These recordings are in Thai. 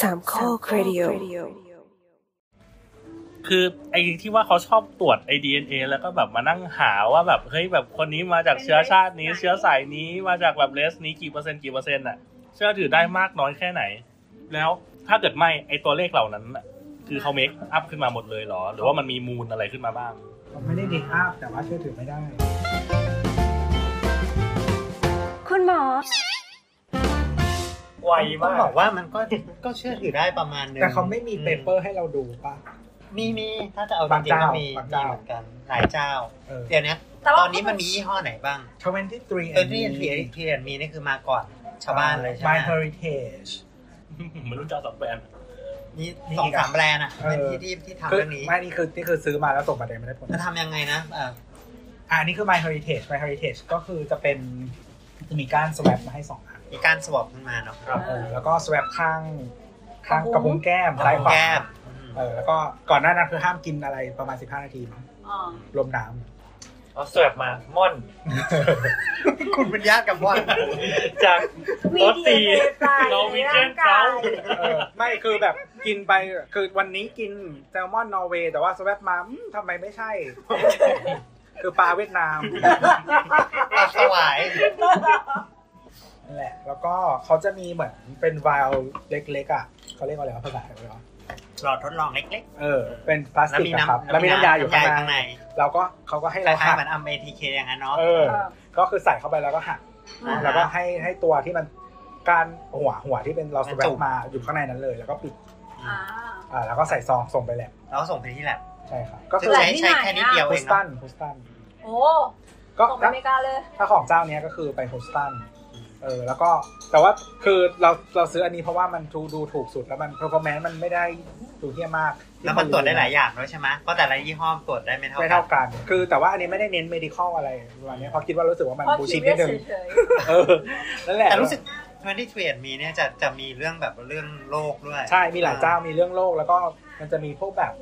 สามข้อครดิโอ คือไอ้ที่ว่าเขาชอบตรวจไอดีเแล้วก็แบบมานั่งหาว่าแบบเฮ้ยแบบคนนี้มาจากเชื้อชาตินี้ เชื้อสายนี้มาจากแบบเลสนี้กี่เปอร์เซ็นต์กี่เปอร์เซ็นต์อ่ะ เชื่อถือได้มากน้อยแค่ไหน แล้วถ้าเกิดไม่ไอตัวเลขเหล่านั้นน่ะคือเขาเมคอัพขึ้นมาหมดเลยเหรอ หรือว่ามันมีมูลอะไรขึ้นมาบ้าง ผมไม่ได้เด็กอาพแต่ว่าเชื่อถือไม่ได้ คุณหมอ ไว ต้อ มาง ก บอกว่ามันก็ก็เชื่อถือได้ประมาณนึง แต่เขาไม่มีเปเปอร์ให้เราดูป่ะ มีมีถ้าจะเอาจริงๆก็มี บาง มี เจ้า เหมือนกันหลายเจ้า เออ เดี๋ยวนี้ แต่ว่า ตอนนี้มันมียี่ห้อไหนบ้าง ทเวนตี้ทรี เออที่ที่ที่เรียนมีนี่คือมาก่อนชาวบ้านเลยใช่ไห ม ม My Heritage ไม่รู้จักสองแบรนด์ นี่สองสามแบรนด์อ่ะ เออ เป็นที่ที่ที่ทำ คือ เรื่องนี้ ไม่นี่คือนี่คือซื้อมาแล้วส่งมาแต่ไม่ได้ผล จะทำยังไงนะเอ่อ อ่านี่คือ My Heritage My Heritage ก็คือจะเป็นจะมีการ swap มาให้สองอัน มีการสวอปขึ้นมาเนาะ ครับ เออแล้วก็ swap ข้างข้าง ก ก ระ ระ พุ้ พุ้ ง งแก้ม กระ ซ้าย พุ้ง ขวา แก้มอืม เออแล้วก็ก่อนหน้านั้นคือห้ามกินอะไรประมาณ 15 นาทีมั้ง อ๋อ รวมน้ เอาเสิร์ฟมา ม่อน คุณเป็นญาติกับว่อน จากรถตี VDNA ปลาย เราวิเจน ในร่างกา เก้าย ำเออไม่คือแบบกินไปคือวันนี้กินแซลมอนนอร์เวย์แต่ว่า swap มาอืมทำไมไม่ใช่ คือปลาเวียดนาม ปลาสวาย นั่นแหละ แล้วก็เขาจะมีเหมือนเป็นไวาลเล็กๆอ่ะเขาเรียกว่าอะไรวะภาษาไทยว่า หลอดทดลองเล็ก เออ เป็นพลาส ๆแล้ว ติ มี กนะครับ น้ำ แล้วมีน้ำยาอยู่ข้าง ข้าง ใน ใน เราก็เขาก็ให้ ค เรา ล้าย หั ๆ ก เหมือนอัมเอทีเคอย่างนั้นเนาะ เออ ก็คือใส่เข้าไปแล้วก็หัก อ่า แล้วก็ให้ให้ตัวที่มันการหัวหัวที่เป็นเราสแว จุ ป ก มาอยู่ข้างในนั้นเลย แล้วก็ปิด อ่า อ่าแล้วก็ใส่ซองส่งไปแลบ แล้วส่งไปที่แลบ ใช่ครับก็ ซึ่ คื ง อ ใช้ใช้แค่นิดเดียว ฮู เอง ส เน ตั อะ นฮูสตัน โอ้ ก็ ตกไป ถ้า อเมริกาเลย ถ้าของเจ้าเนี้ยก็คือไปฮูสตันเออแล้วก็แต่ว่าคือเราเราซื้ออันนี้เพราะว่ามันดูดูถูกสุดแล้วมันเพอร์ฟอร์แมนซ์มันไม่ได้ดูเที่ยมาก แล้วมันตรวจได้หลายอย่างด้วยใช่ไหมเพราะแต่ละยี่ห้อตรวจได้ไม่เท่า ไม่ กัน เท่ากัน คือแต่ว่าอันนี้ไม่ได้เน้น medical อะไรประมาณเนี้ยเพราะคิดว่ารู้สึกว่ามัน พอ บู คิ ชิ ด ด เรื่ นิ อ ดนึง เฉย เออ นั่นแหละ แต่รู้สึกวันที่เทรดมีเนี่ยจะจะมีเรื่องแบบเรื่องโรคด้วย ใช่ มีหลายเจ้า มีเรื่องโรค แล้วก็มันจะมีพวกแบบ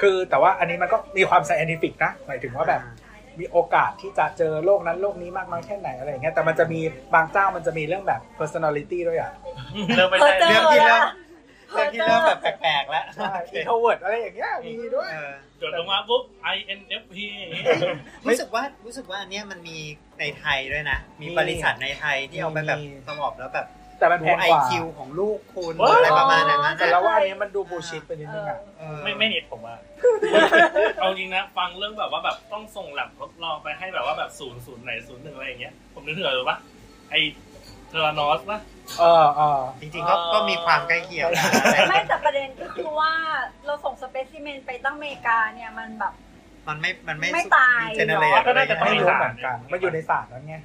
คือแต่ว่าอันนี้มันก็มีความ scientific นะ หมายถึงว่าแบบ มีโอกาสที่จะเจอโรคนั้นโรคนี้มากน้อยแค่ไหนอะไรอย่างเงี้ย แต่มันจะมีบางเจ้ามันจะมีเรื่องแบบ personality ด้วยอ่ะ ๆเพอเจอ เรื่องที่ แล้ เริ่ ว มเรื่องที่เริ่มแบบแปลกๆแล้ว ใช่ introvert อะไรอย่างเงี้ย มีด้วย เออ จดลงมาปุ๊บ INFP รู้สึกว่ารู้สึกว่าอันเนี้ยมันมีในไทยด้วยนะ มี มี บริษัทในไทยที่เอาไปแบบ มี สมอบแล้วแบบ แต่มัน ดู แพง ไอก ว่า คิวของลูกคุณ ว้าว อะไรประมาณอย่างนั้น แต่เราว่าอันนี้มันดูบูชิดไปนิดนึงอ่ะ เออ ไม่ไม่นิด ผมว่า เอาจริงนะฟังเรื่องแบบว่าแบบต้องส่งหลับทดลองไปให้แบบว่าแบบศูนย์ศูนย์ไหนศูนย์หนึ่งอะไรอย่างเงี้ย ผมนึกถึงอะไรรู้ปะไอเทอร์นอสปะ เออเออ จริงๆก็ก็มีความใกล้เคียงนะ แต่ ไม่แต่ประเด็นก็คือว่าเราส่งสเปซิเมนไปตั้งอเมริกาเนี่ยมันแบบ มันไม่มันไม่ ไม่ตาย เจเนเรต ก็น่าจะต้อ ไม่ ง รู้เหมือนกันมันอยู่ในศาสตร์นั้นไง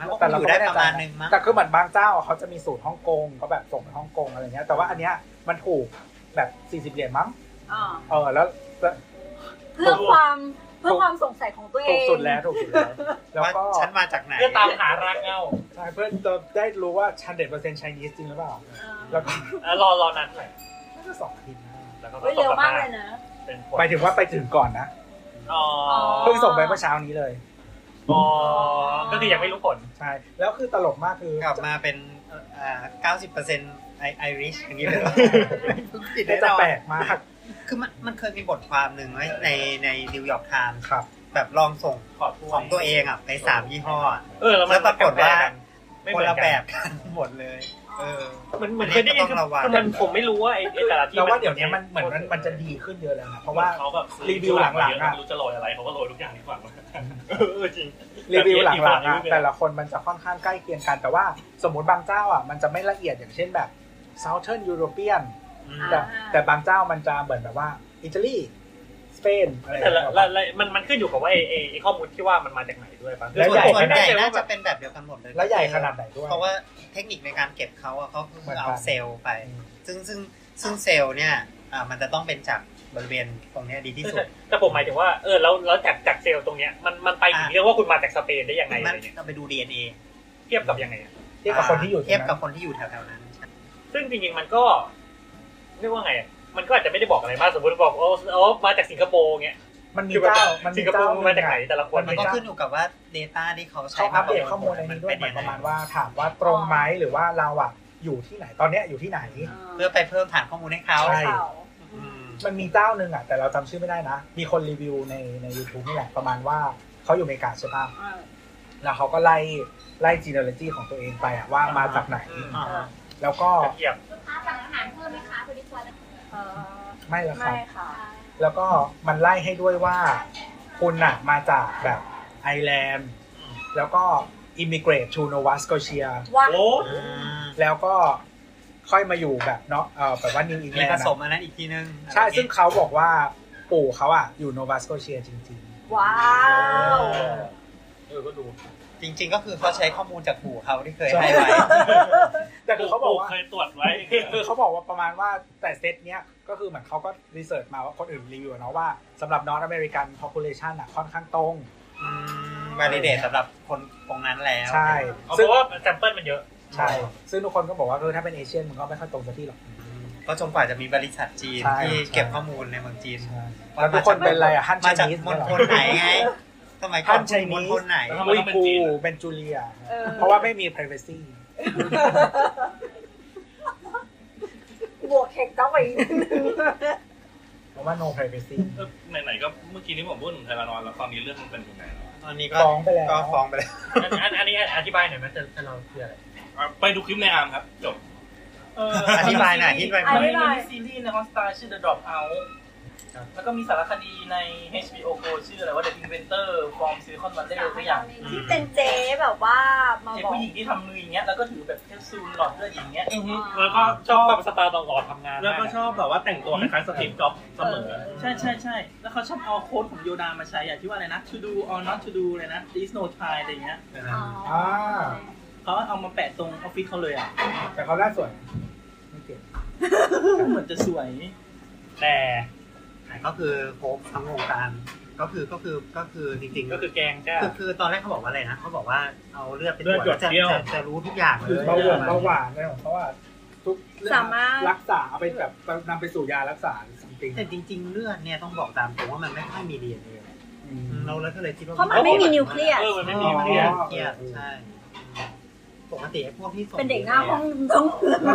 มันก็คงอยู่ได้ประมาณนึงมั้ง แต่คือเหมือนบางเจ้าเขาจะมีสูตรฮ่องกงก็แบบส่งไปฮ่องกงอะไรเงี้ย แต่ว่าอันเนี้ยมันถูกแบบ40เหรียญมั้ง อ่า เออแล้วแล้ว เพื่อความเพื่อความสงสัยของตัวเอ ถูก ง สุดแล้วถูกสุดแล้วแล้ว ว่า ก็ ฉันมาจากไหน เพื่อตามหารากเหงา ใช่เพื่อนจะได้รู้ว่าชันเด็ดเปอร์เซ็นต์ไชนีสจริงหรือเปล่า เออ แล้วก็ อ่ะรอรอนานเท่าไหร่ น่าจะสองอาทิตย์นะ แล้วก็ เฮ้ยเร็วมากเลยนะ เป็นผล หมายถึงว่าไปถึงก่อนนะ อ๋อ เพิ่งส่งไปเมื่อเช้านี้เลย อ๋อก็คือยังไม่รู้ผล ใช่ แล้วคือตลกมากคือก ลับมาเป็นเก้าสิบเปอร์เซ็นต์ไอริชอย่างนี้เลยผิด จะ แน่นอน แปลกมาก คือมันมันเคยมีบทความหนึ่งไว้ในในนิวยอร์กไทม์ ครับ แบบลองส่ง ขอบ ของตัวเองอ่ะไปสามยี่ห้ออะ เออ แล้วมัน แล้วปรากฏว่า ไม่ ค เหมื น อน ละ กัน แบบกันหมดเลยเออ มันเหมือนเคยได้ยิน อันนี้ก็ต้องระวัง คือมันผมไม่รู้ว่าไอ้ไอ้แต่ละที่ เราว่าเดี๋ยวนี้มันเหมือนมันมันจะดีขึ้นเยอะแล้วนะเพราะว่า เขาแบบซื้อ รีวิวหลังๆอะ ไม่รู้จะโรยอะไรเขาก็โรยทุกอย่างดีกว่ามั้งเออจริง รีวิวหลังๆอะแต่ละคนมันจะค่อนข้างใกล้เคียงกัน แต่ว่าสมมติบางเจ้าอ่ะมันจะไม่ละเอียดอย่างเช่นแบบ Southern European อืม อ่า แต่แต่บางเจ้ามันจะเหมือนแบบว่าอิตาลีสเปนอะไร แต่ละ แบบ ละ นั้น ละมันมันขึ้นอยู่กับว่าไอ้ไอ้ไอ้ข้อมูลที่ว่ามันมาจากไหนด้วยป่ะ แล้วใหญ่ ผม ส่ว ไม่ น แน่ ใหญ่ ใจ น่า ว่า จะเป็นแบบเดียวกันหมดเลย แล้วใหญ่ขนาดไหนด้วย เพราะว่าเทคนิคในการเก็บเขาอะเขาคือเอาเซลล์ไป อืม ซึ่งซึ่งซึ่งเซลล์เนี่ยอ่ามันจะต้องเป็นจากบริเวณตรงเนี้ยดีที่สุด แต่ผมหมายถึงว่าเออแล้วแล้วจากจากเซลล์ตรงเนี้ยมันมันไปถึง อ่ะ เรื่องว่าคุณมาจากสเปนได้ยังไง มั อะ น ไรเนี่ย ต้องไปดู DNA เทียบกับยังไงอะ เทียบกับคนที่อยู่ตรง เทียบกับ นั้น คนที่อยู่แถวๆนั้น ซึ่งจริงๆมันก็เรียกว่าไงอะมันก็อาจจะไม่ได้บอกอะไรมากสมมติบอกโอ้โอ้มาจากสิงคโปร์เงี้ย มันมี คือแบบ เจ้ามัน สิ มี งคโป เจ้า ร์ ห มา นึ่ง จากไหน อะ แต่ละคน มันก็ขึ้นอยู่กับว่า Data ที่เขาใช้ เขาอัป ประ เดต ว ข้อมูล ผ ใน มั นี้ด้วย เป็น เหมือนปยังระ ไง มาณว่าถามว่าตรงไหมหรือว่าเราอ่ะ อยู่ที่ไหนตอนเนี้ยอยู่ที่ไหน เพื่อไปเพิ่มฐานข้อมูลให้เขา ใช่ เขา อืม มันมีเจ้าหนึ่งอ่ะแต่เราจำชื่อไม่ได้นะ มีคนรีวิวในใน u t u b e นี่แหละประมาณว่าเขาอยู่อเมริกาใช่ป่ะ อ่า แล้วเขาก็ไล่ไล่จีเนอเรจีของตัวเองไปอ่ะว่ามาจากไหน อ่า แล้วก็ ตะเกียบ เออ ไม่ละครับ ไม่ค่ะ แล้วก็มันไล่ให้ด้วยว่าคุณน่ะมาจากแบบไอร์แลนด์แล้วก็อิมิเกรตชูโนวัสโกเชีย ว่า โอ้ อืม แล้วก็ค่อยมาอยู่แบบเนาะเออแบบว่านิวอิงแล มี น ผ ด์ สมอันนั้นอีกทีนึง ใช่ซึ่งเขาบอกว่าปู่เขาอ่ะอยู่โนวัสโกเชียจริง ว้าว เออก็ดู จริง ๆ ก็คือเขาใช้ข้อมูลจากปู่เขาที่เคย ใช่ ให้ไว้ ๆ แต่คือเขาบอกว่า เคยตรวจไว้ คือเขาบอกว่าประมาณว่าแต่เซตเนี้ยก็คือเหมือนเขาก็รีเสิร์ชมาว่าคนอื่นรีวิวอะเนาะว่าสำหรับนอ r t อเมริกัน population อ่ะค่อนข้างตรง มาดีเดตสำหรับคนตรงนั้นแล้ว ใช่ เอาเพ ซึ่ง ราะว่าแซมเปิลมันเยอะ ใช่ ซึ่งทุกคนก็บอกว่าเออถ้าเป็นเอเชียนมึงก็ไม่ค่อยตรงสักที่หรอก ก็จนกว่าจะมีบริษัทจีน ใช่ ที่เก็บข้อมูลในเมืองจีน แล้วทุกคนเป็นอะไรอ่ะฮัน มา ไช จาก นีส ม เนี่ยณเหร ฑ อ ลไหนไงสมัยก่อน ท่าน คุณมณ Chinese ฑลไหน แล้วทำไม อุย ต้องเป็น กู จีนอะ เป็นจูเลีย เออ เพราะว่าไม่มี privacy บวกเทคต้องไปอีกนิดนึง เพราะว่า no privacy เออไหนๆก็เมื่อกี้นี้ผมพูดถึงไทยละนอนแล้วตอนนี้เรื่องมันเป็นยังไงแล้ว ตอนนี้ก็ ฟ้องไปแล้ว ก็ฟ้องไป แล้ว อันอันอันนี้อธิบายหน่อยไหมแต่แต่เราคืออะไร อ่ะไปดูคลิปในอาร์มครับ จบ อธิบายหน่อยอธิบายหน่ อัน อย นี้มันมีซีรีส์ในฮอสตาชื่อ The Dropout ครับ แล้วก็มีสารคดีใน HBO Go ชื่ออะไรว่า The Inventor from Silicon Valley สักอย่าง ที่เป็นเจ๊แบบว่ามา เด็ก บอก ผู้หญิงที่ทำมืออย่างเงี้ย แล้วก็ถือแบบแคปซูลหลอดเลือดอย่างเงี้ย แล้วก็ ช ช อ อ บบ แบบสตาร์ตลอดทำงาน แล้วก็ชอบแบบว่าแต่งตัวคล้ายๆสตีฟจ็อบส์เสมอ ใช่ใช่ใช่แล้วเขาชอบเอาโค้ดของโยดามาใช้อะที่ว่าอะไรนะ to do or not to do เลยนะ there is no try อะไรเงี้ย อ่า เขาเอามาแปะตรงออฟฟิศเขาเลยอ่ะ แต่เขาล่าสวยไม่เก่ง เหมือนจะสวย แต่ ก็คือโคบทั้งวงการก็คือก็คือก็คือจริงๆ ก็คือแกงแก้ว คือคือตอนแรกเขาบอกว่าอะไรนะเขาบอกว่าเอาเลือดไป เลือดหยด จะ เดียว จะจะรู้ทุกอย่างเล คือย เบาหวานเบาหวานอะไรของเขาอ่ะทุกเรื่อง สามารถ รักษาเอาไปแบบนำไปสู่ยารักษาจริง แต่จริง ๆ เลือดเนี่ยต้องบอกตามตรงว่ามันไม่ค่อยมีดีเอ็นเอเราเลยก็เลยคิดว่า เพราะมันไม่มีนิวเคลียส เออมันไม่มีเครียด เครียดใช่ปกติไอ้พวกที่ส่ง เป็นเด็กหน้าห้องต้อง มั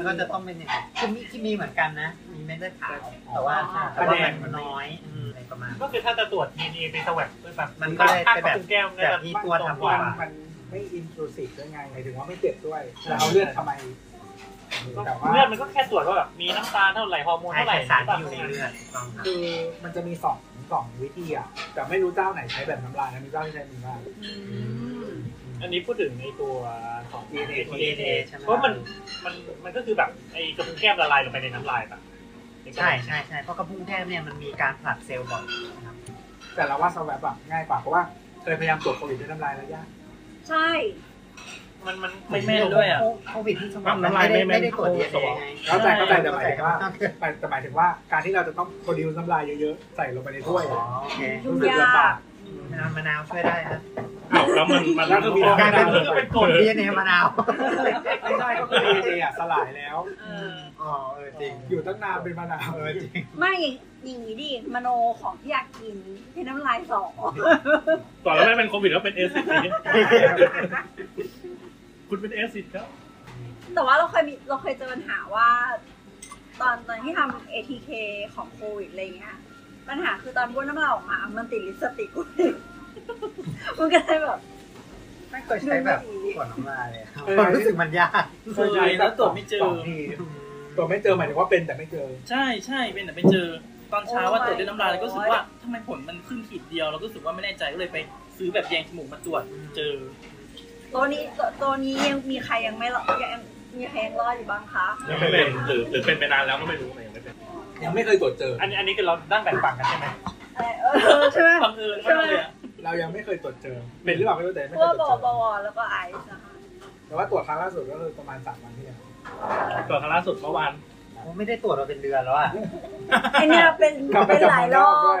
นก็จะต้องเป็นอย่างนี้คือมีที่มีเหมือนกันนะ มีเม็ดเลือดขาวแต่ว่า อ๋อ แต่ว่ามันน้อยอืมอะไรประมาณ ก็คือถ้าจะตรวจ DNA ไปสวัสดิ์ไปแบบ มันก็ได้ ตั้ง ไป แบ แบบ บ แก้วเนี่ย แบบที่ ๆ ตัวทำ มัน กว่ามั มันไม่อินทรูซีฟด้วยไงหมายถึงว่าไม่เจ็บด้วยแล้วเอาเลือดทำไมแต่ว่า เลือดมันก็แค่ตรวจว่าแบบมีน้ำตาลเท่าไหร่ฮอร์โมน ไอ้ เท่าไหร่ สารที่อยู่ในเลือดถูกต้องครับ คือมันจะมีสองสองวิธีอ่ะแต่ไม่รู้เจ้าไหนใช้แบบน้ำลายนะมีเจ้าที่ใช้มือว่าง อันนี้พูดถึงในตัวของ DNA ดีเอ็นเอใช่ไหม เพราะมันมันมันก็คือแบบไอ้กระพุ้งแก้มละลายลงไปในน้ำลายปะ ใช่ใช่ใช่เพราะกระพุ้งแก้มเนี่ยมันมีการผลัดเซลล์บ่อยนะครับ แต่เราว่าสวับอะง่ายกว่าเพราะว่าเคยพยายามตรวจโควิดด้วยน้ำลายแล้วยาก ใช่ มันมัน ไม่แม่นด้วยอะ โควิดที่สมองมันไม่ได้ไม่ได้ตรวจดีเอ็นเอไง เข้าใจเข้าใจแต่หมายถึงว่าแต่หมายถึงว่าการที่เราจะต้องโปรดิวซ์น้ำลายเยอะๆ ใส่ลงไปในถ้วย อ๋อ อะ โอเค ยุ่ง รู้สึก ยา ลำบาก ก มะนาวมะนาวช่วยได้ฮะ อ้าวแล้วมันมัน แล้วก็มี กลายเป็น มันก็เป็นก ก ฎ ดดีเอ็นเอมะนาว ไม่ใช่ก็คือ DNA อะสลายแล้ว เออ อ๋อเออจริง อยู่ตั้งนานเป็นมะนาวเลย ไม่อย่างนี้ดิมโนของที่อยากกินเป็นน้ำลายสอง ก่อนแล้วไม่เป็นโควิดแล้วเป็นเอซิดคุณเป็นเอซิดครับ แต่ว่าเราเคยมีเราเคยเจอปัญหาว่า ตอนตอนที่ทำ ATK ของโควิดอะไรเงี้ยปัญหาคือตอนบ้วนน้ำลายออกมา มันติดลิปสติก เว้ยมันก็เลยแบบ ไม่เคยใช้แบบกดน้ำลายเลยอะผมรู้สึกมันยาก สวยแล้วตรวจไม่เจอ สงทีตรวจไม่เจอหมายถึงว่าเป็นแต่ไม่เจอ ใช่ใช่เป็นแต่ไปเจอตอนเช้าว่าตรวจด้วยน้ำลายแล้วก็รู้สึกว่าทำไมผลมันขึ้นขีดเดียวเราก็รู้สึกว่าไม่แน่ใจก็เลยไปซื้อแบบแยงจมูกมาตรวจเจอ ตัวนี้ตัวตัวนี้ยังมีใครยังไม่รอดยังมีใครยังรอดอยู่บ้างคะ ยังไม่เป็นหรือหรือเป็นไปนานแล้วก็ไม่รู้แต่ยังไม่เป็น ยังไม่เคยตรวจเจอ อันนี้อันนี้คือเรานั่งแบ่งฝั่งกันใช่ไหม เออใช่ไหม บังเอิญมากเลยอะ เรายังไม่เคยตรวจเจอ เป็นหรือเปล่าไม่รู้แต่ไม่ พ เคว ก ยตรวจ บ เจ อ อ บอแล้วก็ไอซ์นะคะ แต่ว่าตรวจครั้งล่าสุดก็คือประมาณสามวันที่แล้ว ตัวครั้งล่าสุดเมื่อวาน ผมไม่ได้ตรวจมาเป็นเดือนแล้วอ่ะ ไอเนี่ยเป็น กลับไป เป็น จาก หลาย เมือรงน อ อกด้ว บ ย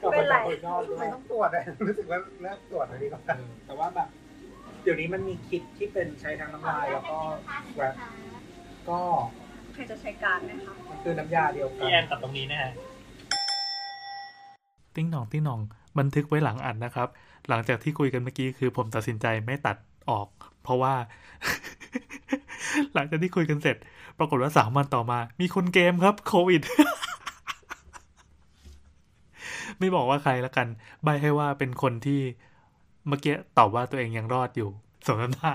กลับไปจากเมืองนอกด้ว ไม่ ย ต้องตรวจเลยรู้สึกว่าเลิกตรวจเลยดีกว่า เออแต่ว่าแบบเดี๋ยวนี้มันมีคิดที่เป็นใช้ทั้งน้ำลายแล้วก็แวบก็ ใครจะใช้การไหมคะ มันคือน้ำยาเดียวกั พี่ น แอนตัดตรงนี้นะฮะ ติ้งหนองติ้งหนองบันทึกไว้หลังอัดนะครับ หลังจากที่คุยกันเมื่อกี้คือผมตัดสินใจไม่ตัดออก เพราะว่า หลังจากที่คุยกันเสร็จ ปรากฏว่าสามวันต่อมา มีคนเกมครับโควิด ไม่บอกว่าใครละกัน ใบให้ว่าเป็นคนที่เมื่อกี้ตอบว่าตัวเองยังรอดอยู่สมน้ำหน้า